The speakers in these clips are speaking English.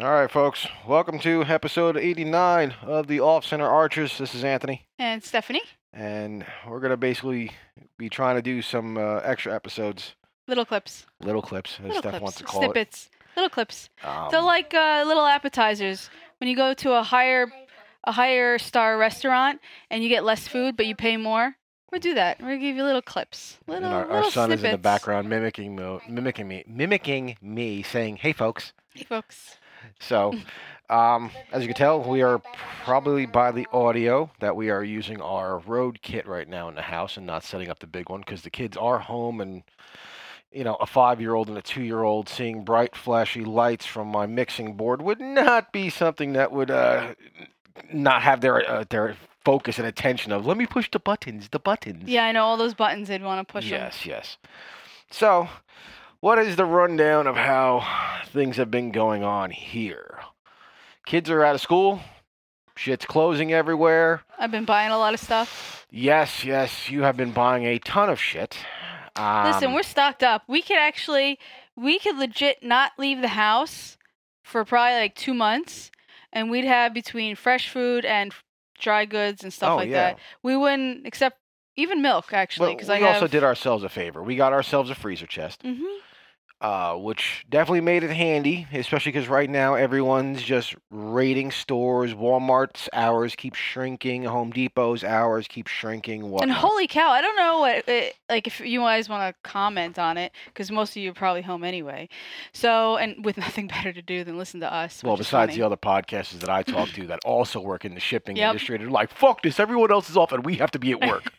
All right, folks. Welcome to episode 89 of the Off Center Archers. This is Anthony, And Stephanie, and we're going to basically be trying to do some uh, extra episodes, little clips, little clips, as little Steph clips, wants to call snippets, little clips. it. Um, They're like uh, little appetizers. When you go to a higher, a higher star restaurant and you get less food but you pay more, we'll do that. We're gonna give you little clips, and little our, little our son snippets. is in the background mimicking, mo- mimicking me, mimicking me, saying, "Hey, folks." Hey, folks. So, um, as you can tell, we are probably by the audio that we are using our road kit right now in the house and not setting up the big one because the kids are home and, you know, a five year old and a two year old seeing bright, flashy lights from my mixing board would not be something that would uh, not have their, uh, their focus and attention of, let me push the buttons, the buttons. Yeah, I know all those buttons. They'd want to push them. Yes, yes. So, what is the rundown of how things have been going on here? Kids are out of school. Shit's closing everywhere. I've been buying a lot of stuff. Yes, yes, you have been buying a ton of shit. Um, Listen, we're stocked up. We could actually, we could legit not leave the house for probably like two months, and we'd have between fresh food and f- dry goods and stuff oh, like yeah. that. We wouldn't accept even milk actually, But because we I also have- did ourselves a favor. We got ourselves a freezer chest. Mhm. uh, which definitely made it handy, especially because right now everyone's just raiding stores. Walmart's hours keep shrinking. Home Depot's hours keep shrinking. What? And holy cow, I don't know what it, like if you guys want to comment on it because most of you are probably home anyway. So and with nothing better to do than listen to us. well, which is besides funny. the other podcasters that I talk to that also work in the shipping Yep. industry, they're like, "Fuck this! Everyone else is off, and we have to be at work."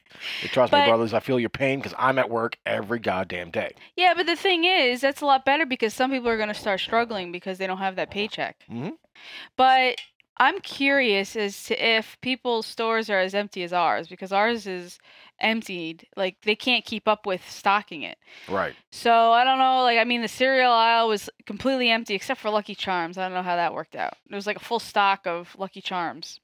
Trust me, But- brothers, I feel your pain because I'm at work every goddamn day. Yeah, but the thing is, that's a lot better because some people are going to start struggling because they don't have that paycheck. Mhm. But I'm curious as to if people's stores are as empty as ours because ours is emptied. Like they can't keep up with stocking it. Right. So I don't know. Like I mean, the cereal aisle was completely empty except for Lucky Charms. I don't know how that worked out. There was like a full stock of Lucky Charms,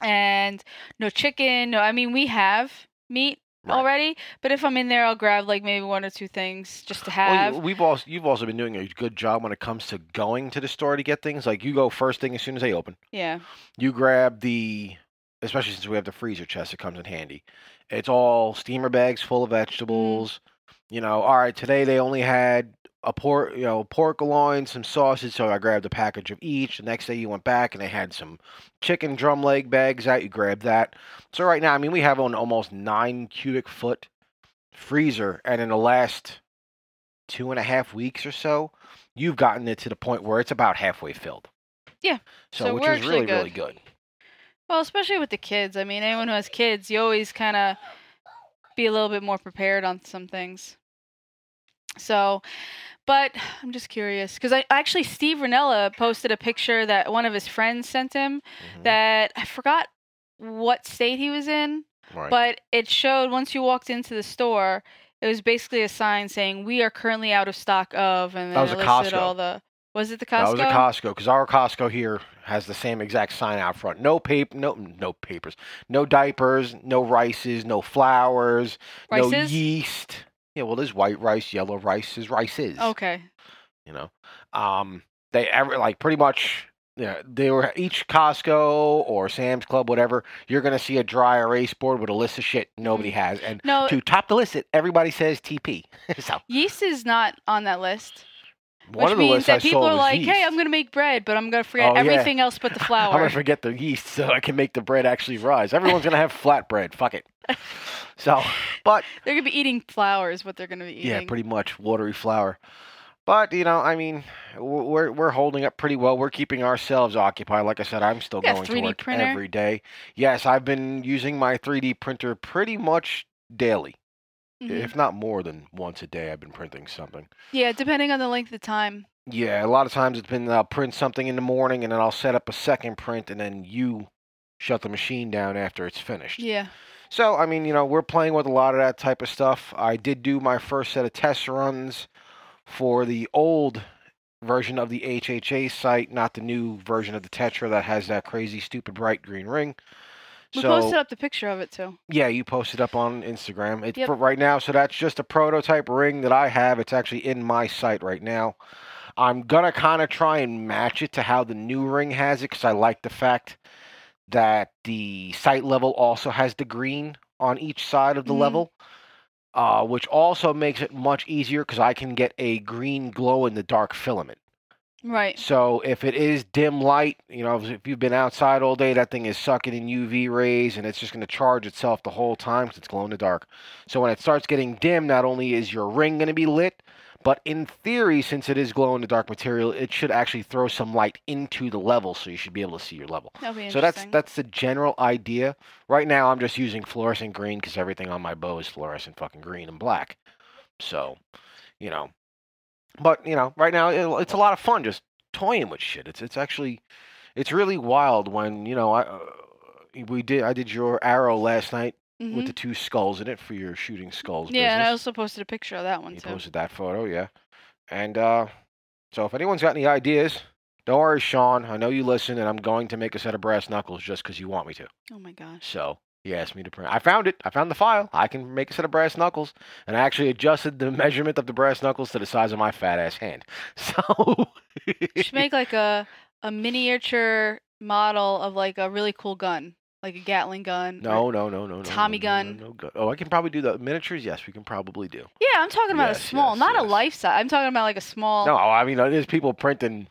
and no chicken. No, I mean we have meat. Right. Already, but if I'm in there, I'll grab like maybe one or two things just to have. Well, Oh, you- we've also you've also been doing a good job when it comes to going to the store to get things. Like you go first thing as soon as they open. Yeah. you grab the especially since we have the freezer chest it comes in handy it's all steamer bags full of vegetables you know all right today they only had a pork you know pork loin some sausage so i grabbed a package of each the next day you went back and they had some chicken drum leg bags out you grabbed that so right now i mean we have an almost nine cubic foot freezer and in the last two and a half weeks or so you've gotten it to the point where it's about halfway filled Yeah. so, So which we're is actually really good. really good Well, especially with the kids. I mean, anyone who has kids, you always kind of be a little bit more prepared on some things. So, but I'm just curious because I actually Steve Ranella posted a picture that one of his friends sent him Mhm. that I forgot what state he was in, Right. but it showed once you walked into the store, it was basically a sign saying we are currently out of stock of, and That then was it a listed Costco. all the. Was it the Costco? that was a Costco because our Costco here has the same exact sign out front. No paper, no no papers, no diapers, no rices, no flours, no Rices? yeast. Yeah, well, there's white rice, yellow rice, there's rices. Okay. you know, um, they ever like pretty much. Yeah, they were each Costco or Sam's Club, whatever. You're gonna see a dry erase board with a list of shit nobody Mm-hmm. has, and No, to top the list, it everybody says TP. so yeast is not on that list. one Which of the means lists that I people saw are was like, "Hey, yeast. I'm gonna make bread, but I'm gonna forget Oh, yeah. everything else but the I'm gonna flour." forget the yeast so I can make the bread actually rise. Everyone's gonna have flatbread. Fuck it. So, but they're gonna be eating flour is what they're gonna be eating. yeah, pretty much watery flour. But you know, I mean, w- we're we're holding up pretty well. We're keeping ourselves occupied. Like I said, I'm still Yeah, going to 3D work printer. every day. Yes, I've been using my 3D printer pretty much daily, Mhm. if not more than once a day. I've been printing something. Yeah, depending on the length of time. Yeah, a lot of times it's been I'll print something in the morning and then I'll set up a second print and then you shut the machine down after it's finished. Yeah. So, I mean, you know, we're playing with a lot of that type of stuff. I did do my first set of test runs for the old version of the HHA site, not the new version of the Tetra that has that crazy, stupid bright green ring. We so, posted up the picture of it too. yeah, you posted up on Instagram. It's Yep. for right now, so that's just a prototype ring that I have. It's actually in my site right now. I'm gonna kind of try and match it to how the new ring has it because I like the fact that the sight level also has the green on each side of the Mhm. level, uh, which also makes it much easier because I can get a green glow in the dark filament. Right. So if it is dim light, you know, if you've been outside all day, that thing is sucking in UV rays and it's just going to charge itself the whole time because it's glow in the dark. So when it starts getting dim, not only is your ring going to be lit, but in theory, since it is glow in the dark material, it should actually throw some light into the level, so you should be able to see your level. That'll be interesting. So that's that's the general idea. Right now, I'm just using fluorescent green because everything on my bow is fluorescent fucking green and black. So, you know, but you know, right now it, it's a lot of fun just toying with shit. It's it's actually it's really wild when you know I uh, we did I did your arrow last night Mhm. with the two skulls in it for your shooting skulls. yeah, and I business. also posted a picture of that one You too. posted that photo, yeah. And uh, so if anyone's got any ideas, don't worry, Sean. I know you listen, and I'm going to make a set of brass knuckles just because you want me to. oh my gosh. So he asked me to print. I found it. I found the file. I can make a set of brass knuckles. And I actually adjusted the measurement of the brass knuckles to the size of my fat ass hand. So You should make like a a miniature model of like a really cool gun, like a Gatling gun. or- no, no, no, no, no. Tommy no, gun. No, no, no, gun. Oh, I can probably do the miniatures. Yes, we can probably do. Yeah, I'm talking about a Yes, small, yes, not a yes. life size. I'm talking about like a small, No, I mean uh, there's people printing,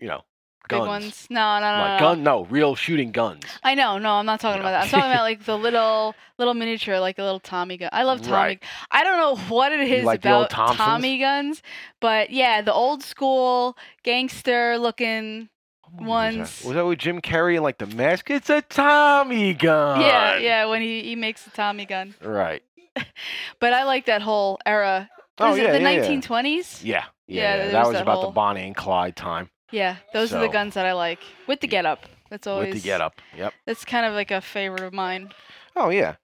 you know, big guns. ones. Uh No, no, no, no, Like no. gun, no, real shooting guns. I know, no, I'm not talking You know. about that. I'm talking about like the little, little miniature, like a little Tommy gun. I love Tommy. Right. I don't know what it is like the old about Thompsons? Tommy guns, but yeah, the old school gangster looking. What movie was Ones. that? Was that with Jim Carrey and like the mask? It's a Tommy gun. yeah, yeah, when he he makes the Tommy gun. Right. But I like that whole era. Oh Is yeah, it the yeah, yeah. Yeah, 1920s? yeah, Yeah, yeah. there That was was that about whole- the Bonnie and Clyde time Yeah, those are the So- guns that I like. With the Ye- get up. That's always with the get up. Yep. That's kind of like a favorite of mine. Oh yeah.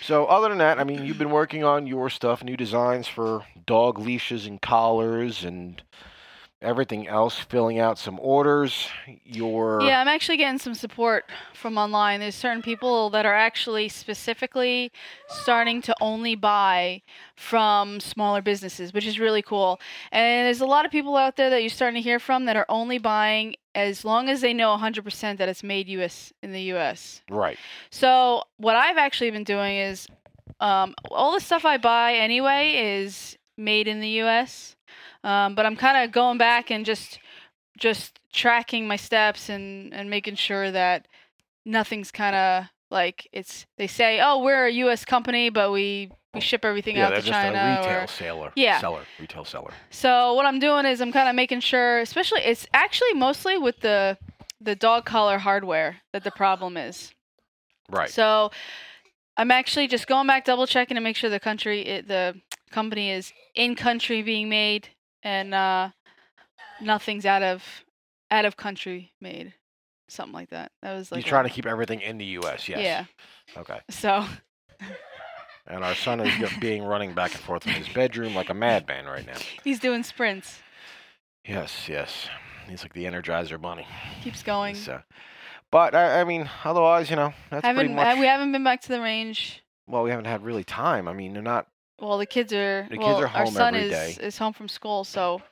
So other than that, I mean, you've been working on your stuff, new designs for dog leashes and collars and everything else, filling out some orders. Your Yeah, I'm actually getting some support from online. There's certain people that are actually specifically starting to only buy from smaller businesses, which is really cool. And there's a lot of people out there that you're starting to hear from that are only buying as long as they know 100% that it's made US in the US. right. So what I've actually been doing is, um, all the stuff I buy anyway is made in the U.S. Um, but I'm kind of going back and just just tracking my steps and and making sure that nothing's kind of like it's they say oh we're a U.S. company but we we ship everything Yeah, out to that's just China a or- retail seller. Yeah. Seller. Retail seller. so what I'm doing is I'm kind of making sure, especially it's actually mostly with the the dog collar hardware that the problem is. Right. So I'm actually just going back, double checking to make sure the country, it, the company is in country being made, and uh, nothing's out of out of country made, something like that. That was like You're trying to keep everything in the U.S. Yes. yeah. Okay. So And our son is just being running back and forth in his bedroom like a madman right now. he's doing sprints, Yes, yes. He's like the Energizer Bunny. keeps going. So, but I, I mean, otherwise, you know, that's pretty haven't uh, much. we haven't been back to the range. well, we haven't had really time. I mean, they're not. Well, the kids are. The kids well, are our home son every is day. is home from school, so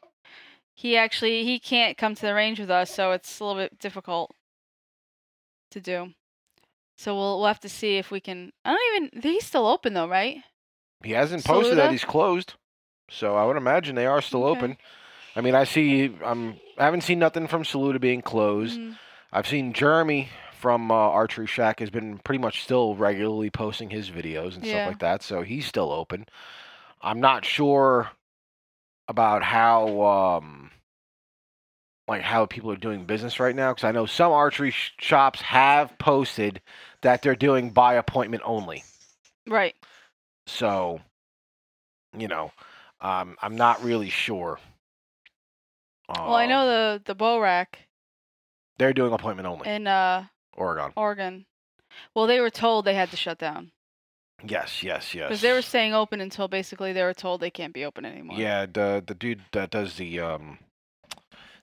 he actually he can't come to the range with us, so it's a little bit difficult to do. So we'll we'll have to see if we can. I don't even. He's still open though, right? He hasn't posted that Saluda? he's closed, so I would imagine they are still Okay. open. I mean, I see. I'm. I haven't seen nothing from Saluda being closed. Mm. I've seen Jeremy from uh, Archery Shack has been pretty much still regularly posting his videos and Yeah. stuff like that, so he's still open. I'm not sure about how um like how people are doing business right now because I know some archery sh- shops have posted that they're doing by appointment only. Right. So, you know, um, I'm not really sure. Well, I Uh, know the the bow rack they're doing appointment only. in uh Oregon. Oregon. Well, they were told they had to shut down Yes, yes, yes. because they were staying open until basically they were told they can't be open anymore. Yeah, the the dude that does the um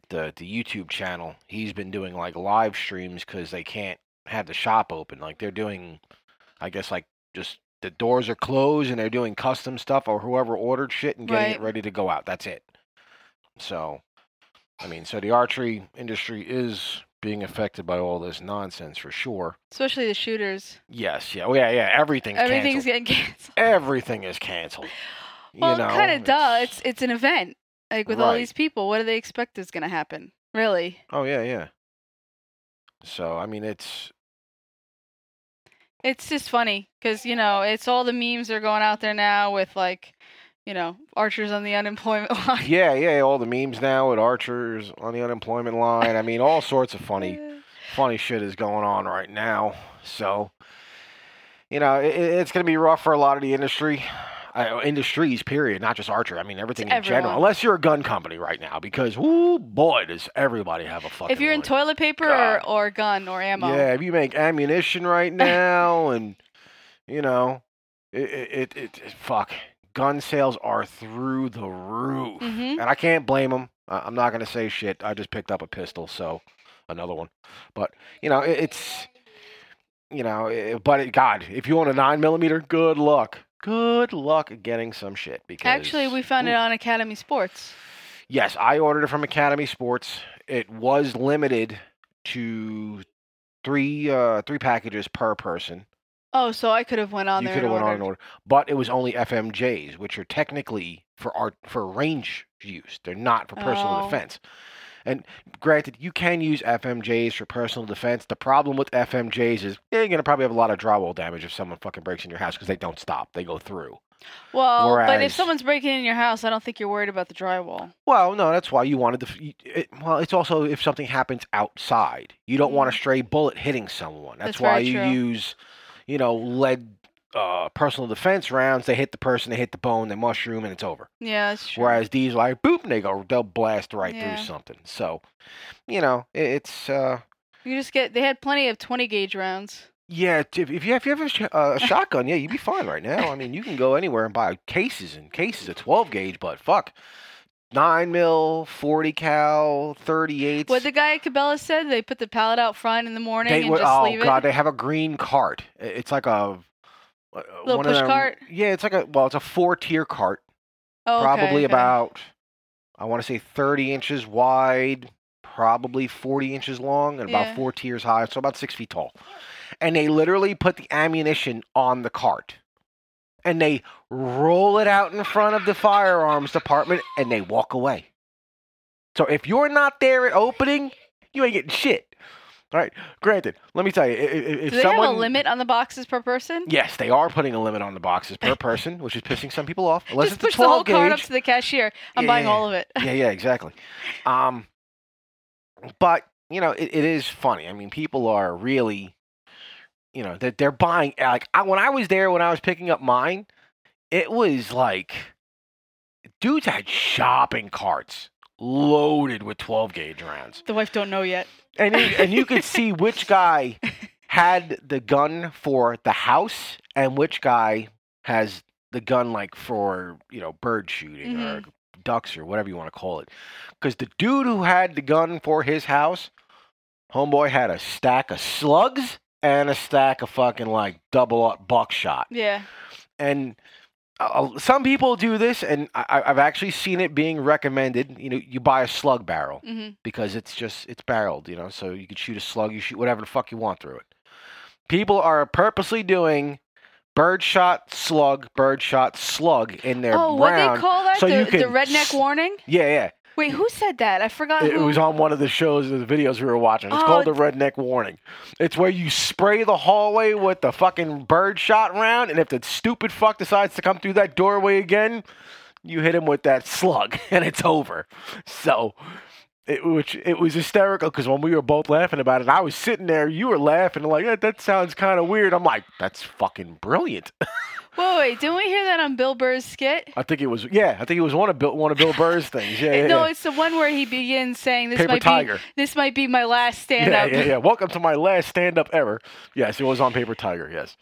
the the YouTube channel, he's been doing like live streams because they can't have the shop open. Like they're doing, I guess like just the doors are closed and they're doing custom stuff or whoever ordered shit and getting Right. it ready to go out. That's it. So I mean, so the archery industry is being affected by all this nonsense for sure. Especially the shooters. Yes, yeah, oh, yeah, yeah. Everything's Everything's canceled. getting canceled. Everything is canceled. Well, you know, kind of duh. It's it's an event. Like with all Right. these people, what do they expect is going to happen? Really? Oh yeah, yeah. So I mean, it's It's just funny because you know it's all the memes that are going out there now with like, you know, archers on the unemployment line. yeah, yeah. All the memes now at archers on the unemployment line. I mean, all sorts of funny funny shit is going on right now. So, you know, it, it's going to be rough for a lot of the industry, uh, industries, period, not just Archer. I mean, everything in general, everyone. unless you're a gun company right now, because, woo, boy, does everybody have a fucking. if you're in one. toilet paper God. or, or gun or ammo. Yeah, if you make ammunition right now and, you know, it, it, it, it fuck. Gun sales are through the roof. Mhm. And I can't blame them. I'm not going to say shit. I just picked up a pistol, so another one. But, you know, it, it's, you know, it, but it, God, if you own a 9 millimeter, good luck. Good luck getting some shit because. Actually, we found it Oof. on Academy Sports. Yes, I ordered it from Academy Sports. It was limited to three uh three packages per person. Oh, so I could have went on you there. could have and went on and ordered. ordered, but it was only FMJs, which are technically for art for range use. They're not for personal Oh. defense. And granted, you can use FMJs for personal defense. The problem with FMJs is you're gonna probably have a lot of drywall damage if someone fucking breaks in your house because they don't stop. They go through. Well, but if Whereas- someone's breaking in your house, I don't think you're worried about the drywall. Well, no, that's why you wanted to. f- you- It, well, it's also if something happens outside, you don't want a stray bullet hitting someone. That's, Mm. That's why very you true. use, you know, lead uh, personal defense rounds. They hit the person, they hit the bone, they mushroom, and it's over. Yeah, that's true. Whereas these, like, boop, and they go, they'll blast right Yeah. through something. So, you know, it, it's uh, You just get. They had plenty of 20 gauge rounds. yeah. If, if you if you have a, sh- uh, a shotgun, yeah, you'd be fine right now. I mean, you can go anywhere and buy cases and cases of twelve gauge, but fuck. Nine mil, forty cal, thirty eight. What the guy at Cabela's said, they put the pallet out front in the morning They and would- just oh leave it. god, they have a green cart. I- It's like a uh, Little one of push them- cart? Yeah, it's like a well, it's a four tier cart, Oh, okay, probably okay. about I want to say thirty inches wide, probably forty inches long, and Yeah. about four tiers high, so about six feet tall. And they literally put the ammunition on the cart. And they roll it out in front of the firearms department and they walk away. So if you're not there at opening, you ain't getting shit. All right. Granted, let me tell you, i- i- if, Do they someone have a limit on the boxes per person? yes, they are putting a limit on the boxes per person, which is pissing some people off. Unless just it's push a the whole 12 card up gauge. to the cashier. I'm buying Yeah. all of it. yeah, yeah, exactly. Um, but you know, it, it is funny. I mean, people are really, you know, that they're buying. Like I, when I was there, when I was picking up mine, it was like dudes had shopping carts loaded with 12 gauge rounds, The wife don't know yet. and you, and you could see which guy had the gun for the house and which guy has the gun like for you know bird shooting or ducks or whatever you want to call it because the dude who had the gun for his house homeboy had a stack of slugs and a stack of fucking like double up buckshot Yeah. and uh, some people do this and I- I, i've actually seen it being recommended you know you buy a slug barrel hmm because it's just it's barreled, you know. So you can shoot a slug, you shoot whatever the fuck you want through it. People are purposely doing birdshot slug, birdshot slug in their Oh, what round. they call that? so the, you the can s- redneck warning? yeah, yeah. Wait, who said that? I forgot It, it who. was on one of the shows, the videos we were watching. It's Oh, called the Redneck Warning. It's where you spray the hallway with the fucking birdshot round, and if the stupid fuck decides to come through that doorway again, you hit him with that slug, and it's over. So. It, which it was hysterical because when we were both laughing about it, I was sitting there. You were laughing like that. That sounds kind of weird. I'm like, that's fucking brilliant. Whoa, wait, didn't we hear that on Bill Burr's skit? I think it was yeah. I think it was one of Bill, one of Bill Burr's things. Yeah, yeah, no, yeah. it's the one where he begins saying this Paper might Tiger. be this might be my last stand yeah, up. yeah, yeah. Welcome to my last stand up ever. Yes, it was on Paper Tiger. Yes.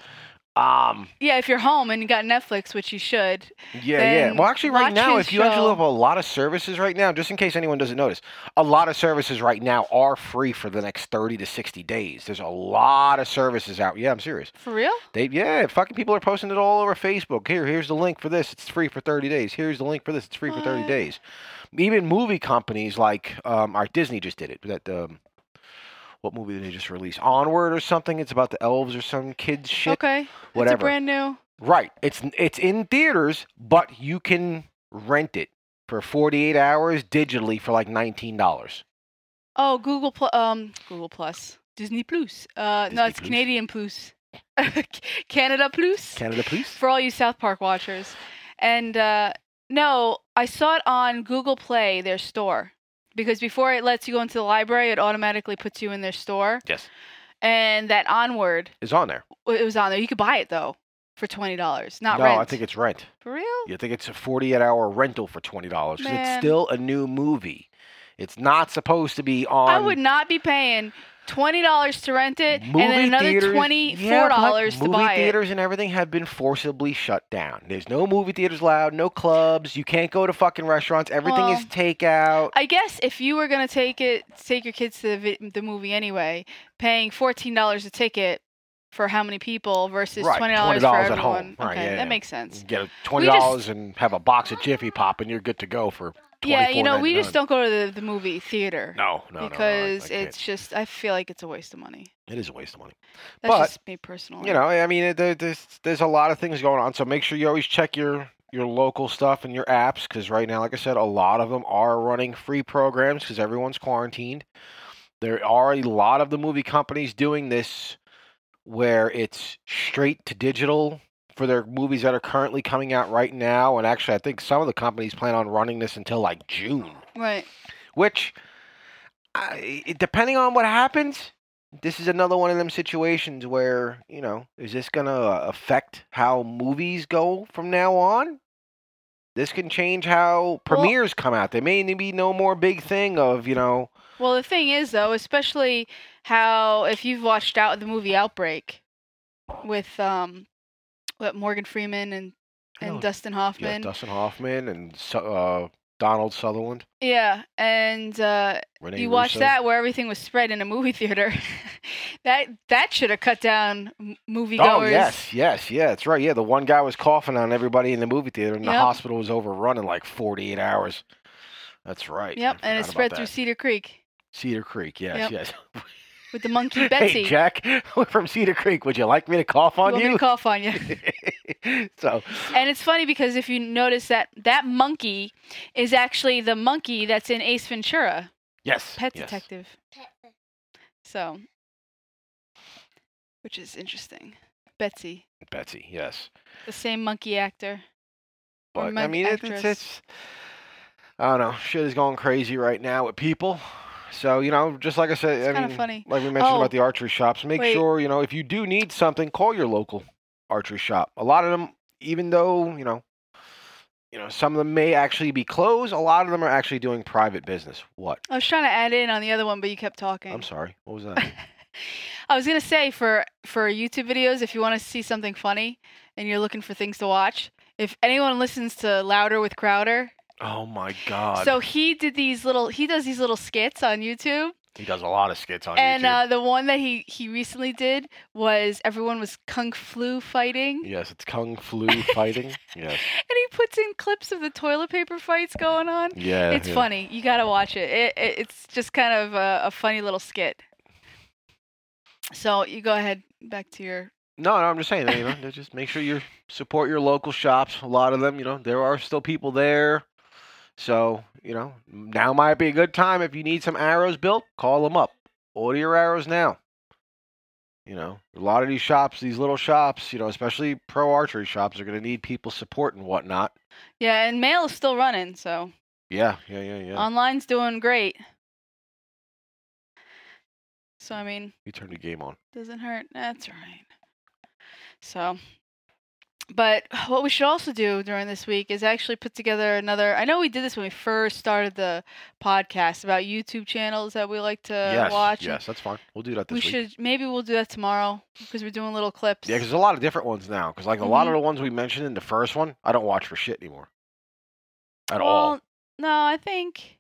Um, Yeah, if you're home and you got Netflix, which you should. Yeah, yeah. then Well, actually, right watch now, his if you actually show. look up a lot of services right now, just in case anyone doesn't notice, a lot of services right now are free for the next thirty to sixty days. There's a lot of services out. Yeah, I'm serious. For real? They, yeah, fucking people are posting it all over Facebook. Here, here's the link for this. It's free for thirty days. Here's the link for this. It's free for thirty What? days. Even movie companies like, um, our Disney just did it. That um, what movie did they just release? Onward or something? It's about the elves or some kids shit. Okay. whatever. It's a brand new. Right. It's it's in theaters, but you can rent it for 48 hours digitally for like $19. Oh, Google Plus. Um, Google Plus. Disney Plus. Uh, Disney no, it's Plus. Canadian Plus. Canada Plus. Canada, please. for all you South Park watchers. And uh, no, I saw it on Google Play, their store, because before it lets you go into the library, it automatically puts you in their store. Yes. And that onward, It's on there. it was on there. You could buy it though for twenty dollars, not no, rent. I think it's rent. for real. You think it's a 48 hour rental for $20 'cause it's Man. still a new movie. It's not supposed to be on I would not be paying twenty dollars to rent it, and movie then another theaters. twenty Yeah, four but dollars to movie buy theaters and everything have been forcibly shut down. There's no movie theaters allowed, no clubs. You can't go to fucking restaurants. Everything is Well, takeout. it. I guess if you were gonna take it, take your kids to the vi- the movie anyway, paying fourteen dollars a ticket for how many people versus Right, twenty dollars for $20 everyone. at home. Right, okay, yeah, Mm, that yeah. makes sense. You get a We twenty just- dollars and have a box of Jiffy Pop, and you're good to go for. Yeah, you know, we just $24.99. don't go to the, the movie theater No, no, no, no, I- because I can't. it's just I feel like it's a waste of money. it is a waste of money. That's But, just me personally. You know, I mean, it- there, there's there's a lot of things going on, so make sure you always check your your local stuff and your apps because right now, like I said, a lot of them are running free programs because everyone's quarantined. There are a lot of the movie companies doing this where it's straight to digital for their movies that are currently coming out right now, and actually, I think some of the companies plan on running this until like June. right? which I, it- depending on what happens this is another one of them situations where you know is this going to affect how movies go from now on this can change how premieres come out there may be no more big thing of you know Well, the thing is, though, especially how if you've watched out the movie Outbreak with um, what Morgan Freeman and and Oh, Dustin you have Hoffman, yeah, dustin hoffman and Su- uh, donald sutherland and uh, Rene you watch Russo. that where everything was spread in a movie theater, that that should have cut down m- moviegoers. Oh yes, yes, yeah, that's right. Yeah, the one guy was coughing on everybody in the movie theater, and the Yep. hospital was overrun in like forty-eight hours. That's right. I Yep, and forgot it about spread that. through Cedar Creek Cedar Creek, yes, Yep. yes. with the monkey Hey, Betsy. Jack, we're from Cedar Creek. Would you like me to cough you on want me you? to cough on you? so, And it's funny because if you notice that that monkey is actually the monkey that's in Ace Ventura. yes. Pet yes. detective. So, which is interesting. Betsy, Betsy, yes. the same monkey actor. Or But, I monk mean, it, it's, actress. it's, I don't know. Shit is going crazy right now with people. So, you know, just like I said, It's I kinda mean, funny. like we mentioned Oh, about the archery shops, make wait. sure, you know, if you do need something, call your local archery shop. A lot of them, even though, you know, you know, some of them may actually be closed. A lot of them are actually doing private business. What? I was trying to add in on the other one, but you kept talking. I'm sorry. What was that? I was gonna say for for YouTube videos, if you want to see something funny and you're looking for things to watch, if anyone listens to Louder with Crowder, oh my god. so he did these little he does these little skits on YouTube. He does a lot of skits on and YouTube. uh, the one that he he recently did was everyone was kung flu fighting. yes, it's kung flu fighting. Yes, and he puts in clips of the toilet paper fights going on. yeah, It's yeah. funny. You gotta watch it. it, it it's just kind of a, a funny little skit. So you go ahead back to your. No, no, I'm just saying. You know, they just make sure you support your local shops. A lot of them, you know, there are still people there. So you know, now might be a good time if you need some arrows built. Call them up. Order your arrows now. You know, a lot of these shops, these little shops, you know, especially pro archery shops, are going to need people support and whatnot. Yeah, and mail is still running, so Yeah, yeah, yeah, yeah. online's doing great. So I mean, you turn the game on. doesn't hurt. That's all right. So, But what we should also do during this week is actually put together another. I know we did this when we first started the podcast about YouTube channels that we like to yes, watch. yes, that's fine. We'll do that this we week. should maybe we'll do that tomorrow because we're doing little clips. Yeah, because there's a lot of different ones now. Because like a Mm-hmm. lot of the ones we mentioned in the first one, I don't watch for shit anymore. At all. Well, No, I think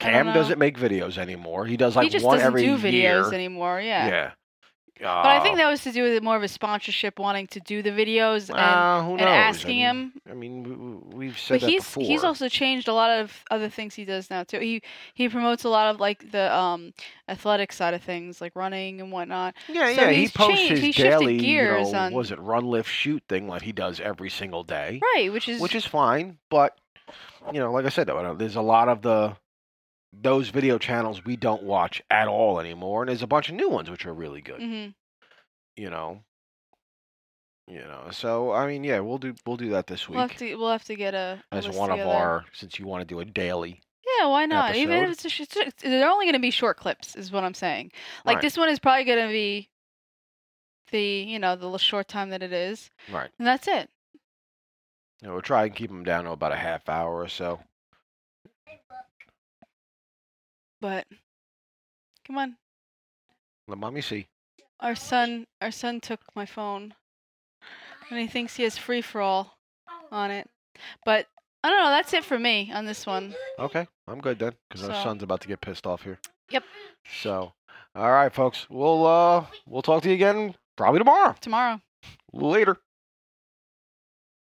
I don't Cam doesn't know. make videos anymore. He does like he just one doesn't every do videos year. anymore. Yeah. yeah. Oh, But I think that was to do with more of a sponsorship wanting to do the videos and, uh, who and knows? asking I mean, him. I mean, we- we- we've said But that he's before. he's also changed a lot of other things he does now too. He he promotes a lot of like the um athletic side of things, like running and whatnot. yeah, so yeah. He he's posts changed- his he shifted daily, gears you know, on- was it run, lift, shoot thing like he does every single day, Right, which is which is fine. But you know, like I said, though, there's a lot of the those video channels we don't watch at all anymore, and there's a bunch of new ones which are really good. hmm You know. You know, so I mean, yeah, we'll do we'll do that this week we'll have to we'll have to get a a as list one of together. our since you want to do a daily. Yeah, why not? Even if episode. it's a sh- it's just- they're only going to be short clips, is what I'm saying. Like Right. this one is probably going to be the you know the l- short time that it is, Right. and that's it. You know, we'll try and keep them down to about a half hour or so. But come on, Let mommy see. our son our son took my phone, and he thinks he has free for all on it. But I don't know. That's it for me on this one. Okay, I'm good then, because our So- son's about to get pissed off here. Yep. So, all right, folks, we'll uh, we'll talk to you again probably tomorrow. Tomorrow. Later.